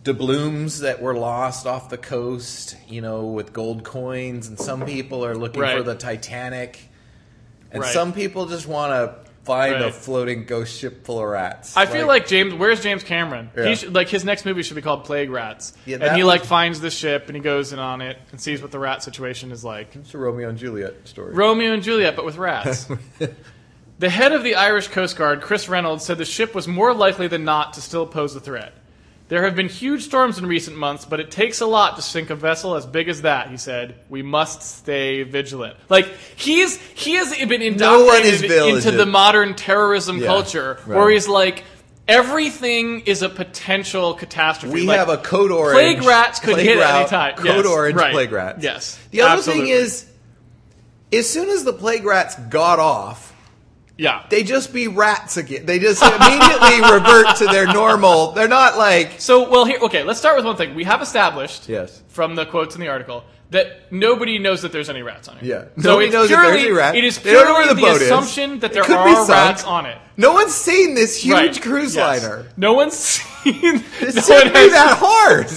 Speaker 1: doubloons that were lost off the coast, you know, with gold coins, and some people are looking
Speaker 2: Right.
Speaker 1: for the Titanic, and
Speaker 2: Right.
Speaker 1: some people just want to find a
Speaker 2: Right.
Speaker 1: floating ghost ship full of rats.
Speaker 2: I feel like James. Where's James Cameron?
Speaker 1: Yeah.
Speaker 2: He should, like his next movie should be called Plague Rats.
Speaker 1: Yeah,
Speaker 2: and
Speaker 1: that
Speaker 2: he
Speaker 1: was-
Speaker 2: like finds the ship and he goes in on it and sees what the rat situation is like.
Speaker 1: it's a Romeo and Juliet story.
Speaker 2: Romeo and Juliet, but with rats. the head of the Irish Coast Guard, Chris Reynolds, said the ship was more likely than not to still pose a threat. There have been huge storms in recent months, but it takes a lot to sink a vessel as big as that, he said. We must stay vigilant. Like, he's, he has
Speaker 1: No
Speaker 2: been
Speaker 1: one is
Speaker 2: indoctrinated into
Speaker 1: vigilant.
Speaker 2: the modern terrorism
Speaker 1: Yeah,
Speaker 2: culture,
Speaker 1: right.
Speaker 2: where he's like, everything is a potential catastrophe.
Speaker 1: we
Speaker 2: Like,
Speaker 1: have a code orange.
Speaker 2: plague rats could
Speaker 1: plague
Speaker 2: hit at any
Speaker 1: route-
Speaker 2: time.
Speaker 1: Code
Speaker 2: Yes,
Speaker 1: orange
Speaker 2: right.
Speaker 1: plague rats.
Speaker 2: Yes,
Speaker 1: The other
Speaker 2: absolutely.
Speaker 1: thing is, as soon as the plague rats got off,
Speaker 2: yeah.
Speaker 1: they just be rats again. They just immediately revert to their normal. They're not like
Speaker 2: So, well, here, okay, let's start with one thing. We have established,
Speaker 1: Yes.
Speaker 2: from the quotes in the article, that nobody knows that there's any rats on it.
Speaker 1: Yeah.
Speaker 2: so
Speaker 1: Nobody
Speaker 2: it's
Speaker 1: knows that
Speaker 2: purely,
Speaker 1: there's any rats.
Speaker 2: It is
Speaker 1: They don't
Speaker 2: purely
Speaker 1: know where
Speaker 2: the,
Speaker 1: the boat is.
Speaker 2: assumption that
Speaker 1: It
Speaker 2: there
Speaker 1: could be
Speaker 2: are
Speaker 1: sunk.
Speaker 2: rats on it.
Speaker 1: no one's seen this huge
Speaker 2: right.
Speaker 1: cruise
Speaker 2: Yes.
Speaker 1: liner.
Speaker 2: No one's seen.
Speaker 1: This
Speaker 2: no
Speaker 1: shouldn't
Speaker 2: one
Speaker 1: be
Speaker 2: has-
Speaker 1: that hard.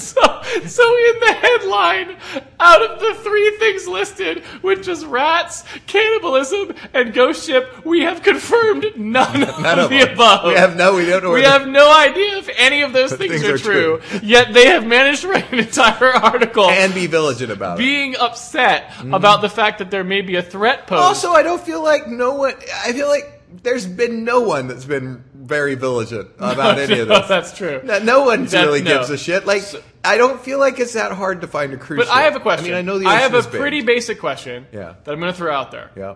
Speaker 2: So, so in the headline, out of the three things listed, which is rats, cannibalism, and ghost ship, we have confirmed none,
Speaker 1: None
Speaker 2: of
Speaker 1: of
Speaker 2: the
Speaker 1: them.
Speaker 2: above.
Speaker 1: We have no. We don't know.
Speaker 2: We
Speaker 1: where the-
Speaker 2: have no idea if any of those things,
Speaker 1: things
Speaker 2: are,
Speaker 1: are
Speaker 2: true,
Speaker 1: true.
Speaker 2: Yet they have managed to write an entire article
Speaker 1: and be vigilant about it.
Speaker 2: being upset about the fact that there may be a threat posed.
Speaker 1: Also, I don't feel like no one. I feel like there's been no one that's been very vigilant about any of this.
Speaker 2: that's true.
Speaker 1: That no one really
Speaker 2: no.
Speaker 1: gives a shit. Like I don't feel like it's that hard to find a cruise.
Speaker 2: but
Speaker 1: ship.
Speaker 2: I have a question.
Speaker 1: I mean, I know the
Speaker 2: have a
Speaker 1: ocean is big.
Speaker 2: pretty basic question
Speaker 1: Yeah.
Speaker 2: that I'm going to throw out there.
Speaker 1: Yeah.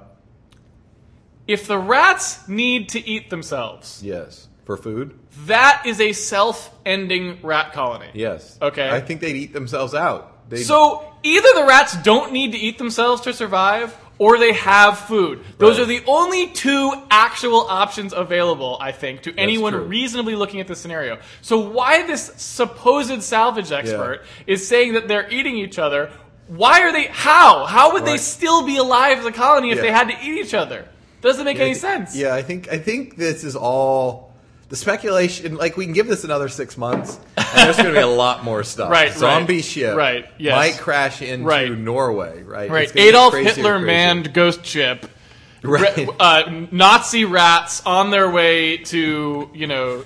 Speaker 2: If the rats need to eat themselves,
Speaker 1: Yes. For food.
Speaker 2: that is a self-ending rat colony.
Speaker 1: Yes.
Speaker 2: Okay.
Speaker 1: I think they'd eat themselves out. They'd,
Speaker 2: So either the rats don't need to eat themselves to survive, or they have food. Those
Speaker 1: Right.
Speaker 2: are the only two actual options available, I think, to anyone
Speaker 1: true.
Speaker 2: reasonably looking at this scenario. So why this supposed salvage expert is saying that they're eating each other? Why are they? How? How would they
Speaker 1: Right.
Speaker 2: still be alive as a colony if
Speaker 1: Yeah.
Speaker 2: they had to eat each other? Doesn't make any
Speaker 1: I thi-
Speaker 2: sense.
Speaker 1: Yeah, I think I think this is all the speculation. Like we can give this another six months, and there's going to be a lot more stuff.
Speaker 2: Right, right.
Speaker 1: zombie ship.
Speaker 2: Right, yes.
Speaker 1: might crash into
Speaker 2: Right.
Speaker 1: Norway. Right,
Speaker 2: Right.
Speaker 1: It's gonna be
Speaker 2: Adolf
Speaker 1: crazier and
Speaker 2: Hitler
Speaker 1: crazier.
Speaker 2: manned ghost ship.
Speaker 1: Right.
Speaker 2: Ra- uh, Nazi rats on their way to you know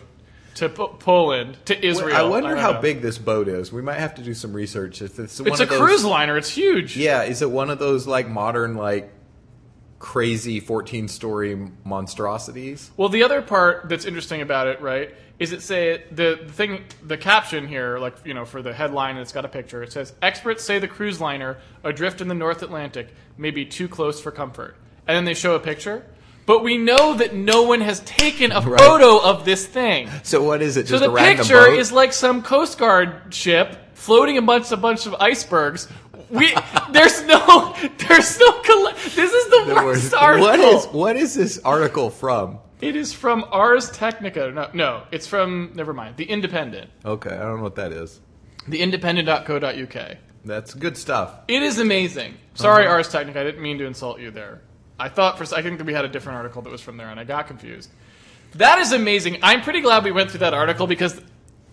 Speaker 2: to Po Poland to
Speaker 1: Well,
Speaker 2: Israel.
Speaker 1: I wonder
Speaker 2: don't
Speaker 1: how
Speaker 2: know.
Speaker 1: big this boat is. We might have to do some research. If it's one
Speaker 2: It's a
Speaker 1: of those,
Speaker 2: cruise liner. It's huge.
Speaker 1: Yeah, is it one of those like modern like crazy fourteen story monstrosities?
Speaker 2: Well, the other part that's interesting about it, right, is it say the, the thing, the caption here, like you know, for the headline, and it's got a picture. It says, "Experts say the cruise liner adrift in the North Atlantic may be too close for comfort," and then they show a picture. But we know that no one has taken a
Speaker 1: Right.
Speaker 2: photo of this thing.
Speaker 1: So what is it?
Speaker 2: So
Speaker 1: Just
Speaker 2: the
Speaker 1: a random
Speaker 2: picture
Speaker 1: boat?
Speaker 2: is like some Coast Guard ship floating amongst a bunch of icebergs. We there's no there's no colle- this is the,
Speaker 1: The
Speaker 2: worst
Speaker 1: word-
Speaker 2: article.
Speaker 1: What is what is this article from?
Speaker 2: It is from Ars Technica. No, no, it's from never mind. The Independent.
Speaker 1: Okay, I don't know what that is.
Speaker 2: The Independent.co.uk.
Speaker 1: That's good stuff.
Speaker 2: It is amazing. Sorry,
Speaker 1: Uh-huh.
Speaker 2: Ars Technica. I didn't mean to insult you there. I thought for I think that we had a different article that was from there, and I got confused. That is amazing. I'm pretty glad we went through that article because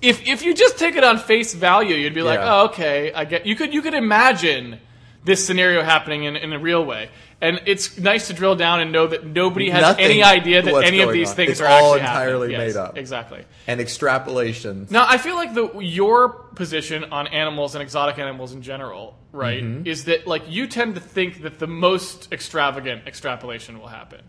Speaker 2: if if you just take it on face value, you'd be like,
Speaker 1: Yeah.
Speaker 2: oh, okay, I get. You could you could imagine this scenario happening in, in a real way, and it's nice to drill down and know that nobody has
Speaker 1: Nothing
Speaker 2: any idea that
Speaker 1: what's
Speaker 2: any of
Speaker 1: going
Speaker 2: these
Speaker 1: on.
Speaker 2: things
Speaker 1: It's
Speaker 2: are
Speaker 1: all
Speaker 2: actually happening.
Speaker 1: entirely
Speaker 2: Yes,
Speaker 1: made up.
Speaker 2: Exactly.
Speaker 1: And extrapolation.
Speaker 2: Now, I feel like the your position on animals and exotic animals in general, right,
Speaker 1: Mm-hmm.
Speaker 2: is that like you tend to think that the most extravagant extrapolation will happen.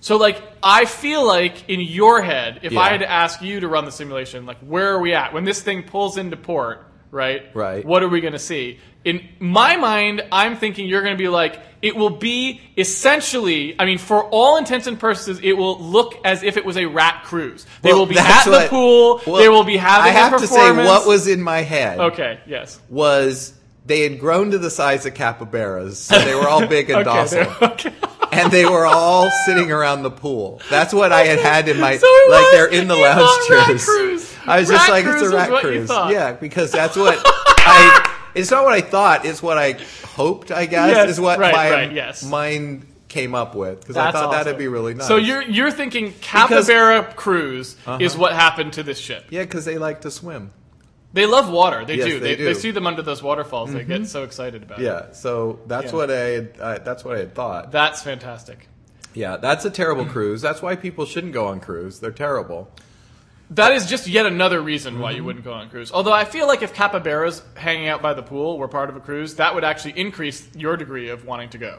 Speaker 2: So, like, I feel like in your head, if I
Speaker 1: Yeah.
Speaker 2: had to ask you to run the simulation, like, where are we at when this thing pulls into port, right?
Speaker 1: Right.
Speaker 2: What are we going to see? In my mind, I'm thinking you're going to be like, it will be essentially, I mean, for all intents and purposes, it will look as if it was a rat cruise. They
Speaker 1: Well,
Speaker 2: will be at
Speaker 1: that's
Speaker 2: the
Speaker 1: what-
Speaker 2: pool.
Speaker 1: well,
Speaker 2: they will be having.
Speaker 1: I have
Speaker 2: a
Speaker 1: to say,
Speaker 2: performance.
Speaker 1: what was in my head
Speaker 2: Okay. Yes.
Speaker 1: was they had grown to the size of capybaras, so they were all big and
Speaker 2: Okay,
Speaker 1: docile.
Speaker 2: there- okay.
Speaker 1: and they were all sitting around the pool. That's what I had had in my
Speaker 2: So it
Speaker 1: like
Speaker 2: was-
Speaker 1: they're in the
Speaker 2: you
Speaker 1: lounge
Speaker 2: thought rat
Speaker 1: chairs.
Speaker 2: cruise.
Speaker 1: I was
Speaker 2: Rat
Speaker 1: just like it's
Speaker 2: cruise
Speaker 1: a
Speaker 2: was
Speaker 1: rat
Speaker 2: what you
Speaker 1: cruise.
Speaker 2: thought.
Speaker 1: Yeah, because that's what I it's not what I thought, it's what I hoped, I guess,
Speaker 2: Yes,
Speaker 1: is what
Speaker 2: right,
Speaker 1: my
Speaker 2: right, yes.
Speaker 1: mind came up with because I
Speaker 2: That's
Speaker 1: thought
Speaker 2: awesome.
Speaker 1: that'd be really nice. Uh-huh.
Speaker 2: So you're you're thinking capybara cruise is what happened to this ship.
Speaker 1: yeah, because they like to swim.
Speaker 2: They love water. They
Speaker 1: Yes, they
Speaker 2: do. They,
Speaker 1: do. Mm-hmm.
Speaker 2: they see them under those waterfalls. They get so excited about it.
Speaker 1: Yeah, so that's
Speaker 2: Yeah.
Speaker 1: what I, had- I that's what I had thought.
Speaker 2: That's fantastic.
Speaker 1: Yeah, that's a terrible cruise. That's why people shouldn't go on cruise. They're terrible.
Speaker 2: That is just yet another reason
Speaker 1: Mm-hmm.
Speaker 2: why you wouldn't go on a cruise. Although I feel like if capybaras hanging out by the pool were part of a cruise, that would actually increase your degree of wanting to go.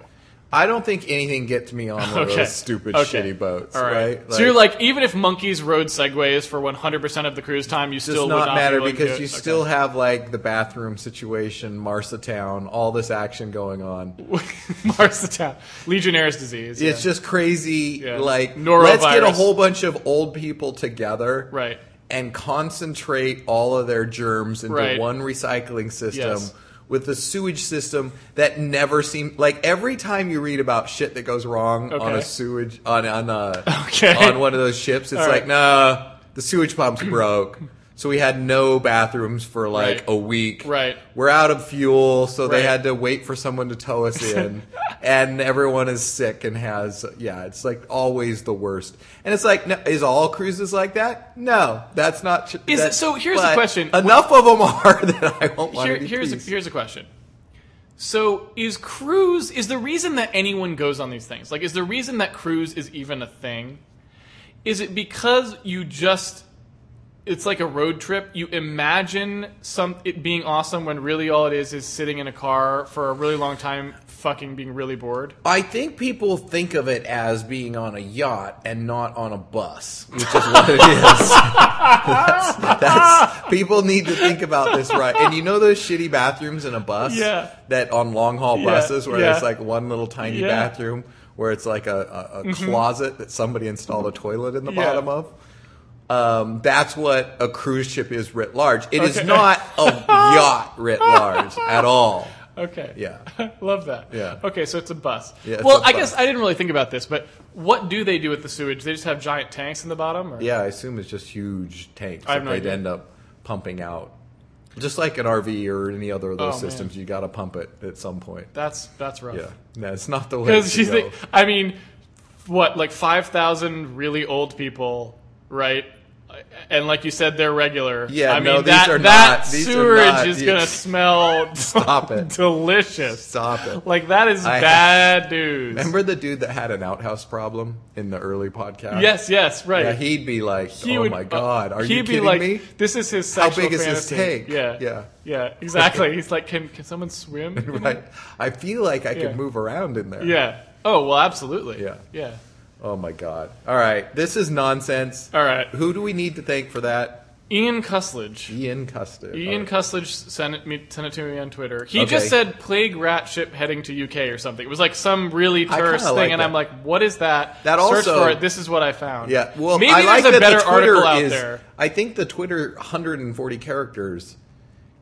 Speaker 1: I don't think anything gets me on one of
Speaker 2: Okay.
Speaker 1: those stupid,
Speaker 2: Okay.
Speaker 1: shitty boats.
Speaker 2: All
Speaker 1: right?
Speaker 2: so you're like, even if monkeys rode segways for 100% of the cruise time, you
Speaker 1: does
Speaker 2: still would
Speaker 1: not
Speaker 2: not
Speaker 1: matter
Speaker 2: be willing to
Speaker 1: because
Speaker 2: do
Speaker 1: you
Speaker 2: it? Okay.
Speaker 1: still have like the bathroom situation, Marsatown, all this action going on.
Speaker 2: Mars the town. Legionnaire's disease.
Speaker 1: It's
Speaker 2: yeah.
Speaker 1: just crazy.
Speaker 2: Yeah.
Speaker 1: Like, let's get a
Speaker 2: Norovirus.
Speaker 1: whole bunch of old people together,
Speaker 2: Right.
Speaker 1: and concentrate all of their germs into
Speaker 2: Right.
Speaker 1: one recycling system.
Speaker 2: Yes.
Speaker 1: With a sewage system that never seemed like every time you read about shit that goes wrong on
Speaker 2: Okay.
Speaker 1: a sewage on on a
Speaker 2: Okay.
Speaker 1: on one of those ships, it's
Speaker 2: All
Speaker 1: like
Speaker 2: right.
Speaker 1: nah, the sewage pumps broke, so we had no bathrooms for like
Speaker 2: Right.
Speaker 1: a week.
Speaker 2: Right.
Speaker 1: We're out of fuel, so they
Speaker 2: Right.
Speaker 1: had to wait for someone to tow us in. and everyone is sick and has yeah, it's like always the worst. And it's like, no, is all cruises like that? No, that's not. tr-
Speaker 2: Is it-
Speaker 1: that-
Speaker 2: so here's the
Speaker 1: but
Speaker 2: question.
Speaker 1: Enough of them are that I won't want
Speaker 2: Here-
Speaker 1: to. be
Speaker 2: here's, a,
Speaker 1: pleased.
Speaker 2: here's a question. So is cruise, is the reason that anyone goes on these things, like, is the reason that cruise is even a thing, is it because you just, it's like a road trip, you imagine some, it being awesome when really all it is is sitting in a car for a really long time, fucking being really bored?
Speaker 1: I think people think of it as being on a yacht and not on a bus, which is what it is. that's, that's- people need to think about this right. And you know those shitty bathrooms in a bus
Speaker 2: Yeah.
Speaker 1: that on long haul
Speaker 2: Yeah,
Speaker 1: buses where
Speaker 2: yeah.
Speaker 1: there's like one little tiny
Speaker 2: Yeah. Mm-hmm.
Speaker 1: bathroom where it's like a, a, a closet that somebody installed a toilet in the
Speaker 2: Yeah.
Speaker 1: bottom of. Um, that's what a cruise ship is writ large. It is
Speaker 2: Okay.
Speaker 1: not a yacht writ large at all.
Speaker 2: Okay.
Speaker 1: Yeah.
Speaker 2: Love that.
Speaker 1: Yeah.
Speaker 2: Okay, so it's a bus.
Speaker 1: Yeah, it's
Speaker 2: well,
Speaker 1: a
Speaker 2: I
Speaker 1: bus.
Speaker 2: guess I didn't really think about this, but what do they do with the sewage? They just have giant tanks in the bottom? Or?
Speaker 1: Yeah, I assume it's just huge tanks
Speaker 2: I have
Speaker 1: that
Speaker 2: no
Speaker 1: they'd
Speaker 2: idea.
Speaker 1: end up pumping out. Just like an RV or any other of those
Speaker 2: Oh,
Speaker 1: systems, you got to pump it at some point.
Speaker 2: That's that's rough.
Speaker 1: Yeah, no, it's not the way.
Speaker 2: Because
Speaker 1: to
Speaker 2: you
Speaker 1: go.
Speaker 2: think, I mean, what like five thousand really old people, right? And like you said, they're regular.
Speaker 1: Yeah,
Speaker 2: I mean
Speaker 1: no, these
Speaker 2: that
Speaker 1: are
Speaker 2: that
Speaker 1: not- these are
Speaker 2: sewerage
Speaker 1: not-
Speaker 2: is gonna
Speaker 1: yes.
Speaker 2: smell
Speaker 1: Stop it.
Speaker 2: delicious.
Speaker 1: Stop it.
Speaker 2: Like that is
Speaker 1: I-
Speaker 2: bad news.
Speaker 1: Remember the dude that had an outhouse problem in the early podcast?
Speaker 2: Yes, yes, right.
Speaker 1: Yeah, he'd be like,
Speaker 2: He
Speaker 1: "Oh
Speaker 2: would- uh,
Speaker 1: my god, are
Speaker 2: he'd
Speaker 1: you
Speaker 2: be
Speaker 1: kidding
Speaker 2: like,
Speaker 1: me?"
Speaker 2: This is his
Speaker 1: How
Speaker 2: sexual
Speaker 1: big is this
Speaker 2: fantasy.
Speaker 1: tank?
Speaker 2: Yeah,
Speaker 1: Yeah.
Speaker 2: yeah, exactly. He's like, can can someone swim? in it?"
Speaker 1: Right? I feel like I
Speaker 2: Yeah.
Speaker 1: could move around in there.
Speaker 2: Yeah. Oh well, absolutely.
Speaker 1: Yeah.
Speaker 2: yeah.
Speaker 1: Oh my god! All right, this is nonsense.
Speaker 2: All right.
Speaker 1: Who do we need to thank for that?
Speaker 2: Ian Cuslidge.
Speaker 1: Ian Custard.
Speaker 2: Ian
Speaker 1: Oh.
Speaker 2: Cuslidge sent it, me, sent it to me on Twitter. He
Speaker 1: Okay.
Speaker 2: just said plague rat ship heading to UK or something. It was like some really
Speaker 1: I kinda
Speaker 2: terse thing,
Speaker 1: like
Speaker 2: and
Speaker 1: that.
Speaker 2: I'm like, what is that?
Speaker 1: That
Speaker 2: Search
Speaker 1: also-
Speaker 2: for it. This is what I found.
Speaker 1: Yeah, well,
Speaker 2: maybe
Speaker 1: I like
Speaker 2: there's
Speaker 1: that the
Speaker 2: a better
Speaker 1: Twitter
Speaker 2: article out
Speaker 1: is-
Speaker 2: there.
Speaker 1: I think the Twitter 140 characters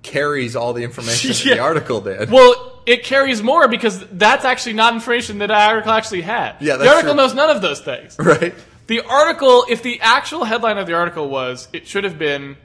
Speaker 1: carries all the information that the
Speaker 2: Yeah.
Speaker 1: article did.
Speaker 2: Well, it carries more because that's actually not information that the article actually had.
Speaker 1: Yeah,
Speaker 2: the
Speaker 1: that's
Speaker 2: article
Speaker 1: true.
Speaker 2: knows none of those things.
Speaker 1: right?
Speaker 2: The article, if the actual headline of the article was, it should have been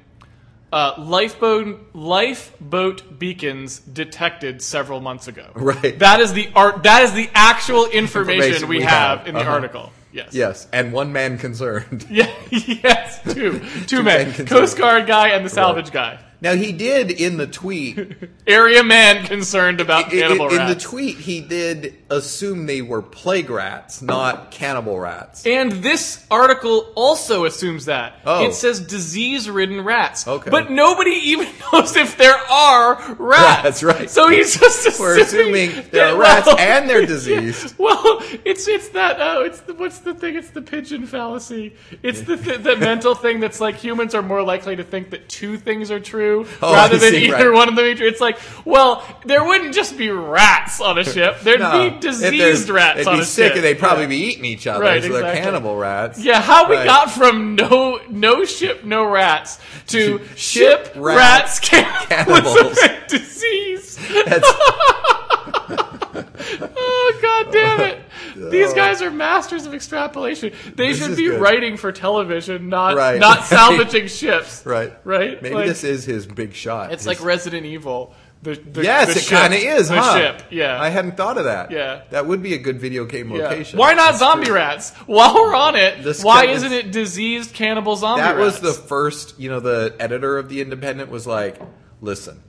Speaker 2: uh, lifeboat lifeboat beacons detected several months ago.
Speaker 1: Right.
Speaker 2: That is the art. That is the actual information,
Speaker 1: Information
Speaker 2: we,
Speaker 1: we
Speaker 2: have,
Speaker 1: have.
Speaker 2: in the
Speaker 1: Uh-huh.
Speaker 2: article. Yes.
Speaker 1: Yes, and one man concerned.
Speaker 2: Yeah, yes. Two. Two,
Speaker 1: men
Speaker 2: men.
Speaker 1: concerned.
Speaker 2: Coast Guard guy and the salvage guy.
Speaker 1: Now he did in the tweet. in,
Speaker 2: Area man concerned about
Speaker 1: in-
Speaker 2: cannibal
Speaker 1: in the
Speaker 2: rats.
Speaker 1: tweet, he did assume they were plague rats, not cannibal rats.
Speaker 2: and this article also assumes that.
Speaker 1: Oh.
Speaker 2: It says disease-ridden rats.
Speaker 1: Okay.
Speaker 2: But nobody even knows if there are rats.
Speaker 1: That's right.
Speaker 2: So he's just assuming
Speaker 1: We're assuming there
Speaker 2: that-
Speaker 1: are rats
Speaker 2: well,
Speaker 1: and they're diseased.
Speaker 2: Well, it's it's that oh, it's the, what's the thing? It's the pigeon fallacy. It's the th- the mental thing that's like humans are more likely to think that two things are true
Speaker 1: Oh,
Speaker 2: rather
Speaker 1: I
Speaker 2: than
Speaker 1: see,
Speaker 2: either
Speaker 1: right.
Speaker 2: one of them. Be true. It's like, well, there wouldn't just be rats on a ship. There'd
Speaker 1: No,
Speaker 2: be
Speaker 1: if they're-
Speaker 2: diseased rats
Speaker 1: They'd
Speaker 2: on
Speaker 1: be
Speaker 2: a
Speaker 1: sick
Speaker 2: ship.
Speaker 1: and they'd probably be eating each other,
Speaker 2: Right,
Speaker 1: so they're
Speaker 2: exactly.
Speaker 1: cannibal rats.
Speaker 2: Yeah, how we
Speaker 1: Right.
Speaker 2: got from no no ship, no rats to ship,
Speaker 1: ship,
Speaker 2: rats,
Speaker 1: rats,
Speaker 2: cannibals,
Speaker 1: cannibals.
Speaker 2: and disease.
Speaker 1: That's-
Speaker 2: Oh god damn it! These guys are masters of extrapolation. They should
Speaker 1: Oh. is
Speaker 2: be
Speaker 1: good.
Speaker 2: writing for television, not
Speaker 1: Right.
Speaker 2: not salvaging ships.
Speaker 1: right.
Speaker 2: Right?
Speaker 1: Maybe
Speaker 2: Like-
Speaker 1: this is his big shot.
Speaker 2: It's
Speaker 1: His-
Speaker 2: like Resident Evil. The, the,
Speaker 1: Yes,
Speaker 2: the
Speaker 1: it
Speaker 2: ship.
Speaker 1: kind of is,
Speaker 2: the
Speaker 1: huh?
Speaker 2: ship. Yeah.
Speaker 1: I hadn't thought of that.
Speaker 2: Yeah.
Speaker 1: That would be a good video game
Speaker 2: Yeah.
Speaker 1: location.
Speaker 2: Why not zombie rats? While we're on it,
Speaker 1: This
Speaker 2: why
Speaker 1: guy-
Speaker 2: isn't it diseased cannibal zombie
Speaker 1: That was
Speaker 2: rats?
Speaker 1: the first, you know, the editor of The Independent was like, listen,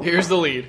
Speaker 2: Here's the lead.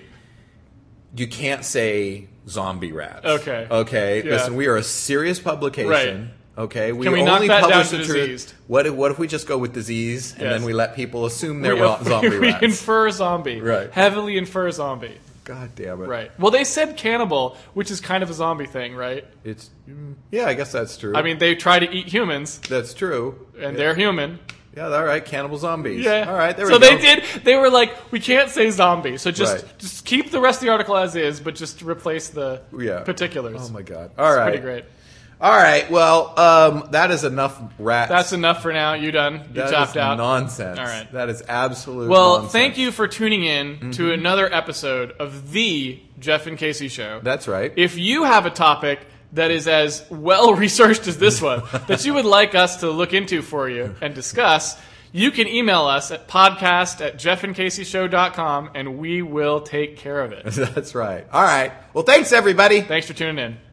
Speaker 1: you can't say zombie rats.
Speaker 2: Okay.
Speaker 1: Okay.
Speaker 2: Yeah.
Speaker 1: Listen, we are a serious publication.
Speaker 2: Right.
Speaker 1: Okay. We,
Speaker 2: Can we knock
Speaker 1: only
Speaker 2: that down
Speaker 1: publish
Speaker 2: to
Speaker 1: the
Speaker 2: diseased?
Speaker 1: truth. What if, what if we just go with disease and
Speaker 2: Yes.
Speaker 1: then we let people assume they're
Speaker 2: we,
Speaker 1: ra- zombie
Speaker 2: we
Speaker 1: rats?
Speaker 2: infer zombie.
Speaker 1: Right.
Speaker 2: Heavily infer zombie.
Speaker 1: God damn it.
Speaker 2: Right. Well, they said cannibal, which is kind of a zombie thing, right?
Speaker 1: It's mm, yeah, I guess that's true.
Speaker 2: I mean, they try to eat humans,
Speaker 1: that's true.
Speaker 2: and they're human.
Speaker 1: yeah, all right, cannibal zombies.
Speaker 2: Yeah.
Speaker 1: All right, there
Speaker 2: so
Speaker 1: we go.
Speaker 2: they did. They were like, we can't say zombie, so just
Speaker 1: Right.
Speaker 2: just keep the rest of the article as is, but just replace the
Speaker 1: Yeah.
Speaker 2: particulars.
Speaker 1: Oh my god. All right.
Speaker 2: Pretty great.
Speaker 1: All right. Well, um, that is enough rats.
Speaker 2: That's enough for now. You done? You
Speaker 1: That
Speaker 2: tapped
Speaker 1: is
Speaker 2: out.
Speaker 1: nonsense.
Speaker 2: All right.
Speaker 1: That is absolute
Speaker 2: well,
Speaker 1: nonsense. Mm-hmm.
Speaker 2: thank you for tuning in to another episode of the Jeff and Casey Show.
Speaker 1: That's right.
Speaker 2: If you have a topic that is as well researched as this one that you would like us to look into for you and discuss, you can email us at podcast at jeffandcaseyshow.com and we will take care of it.
Speaker 1: That's right. All right. Well, thanks everybody.
Speaker 2: Thanks for tuning in.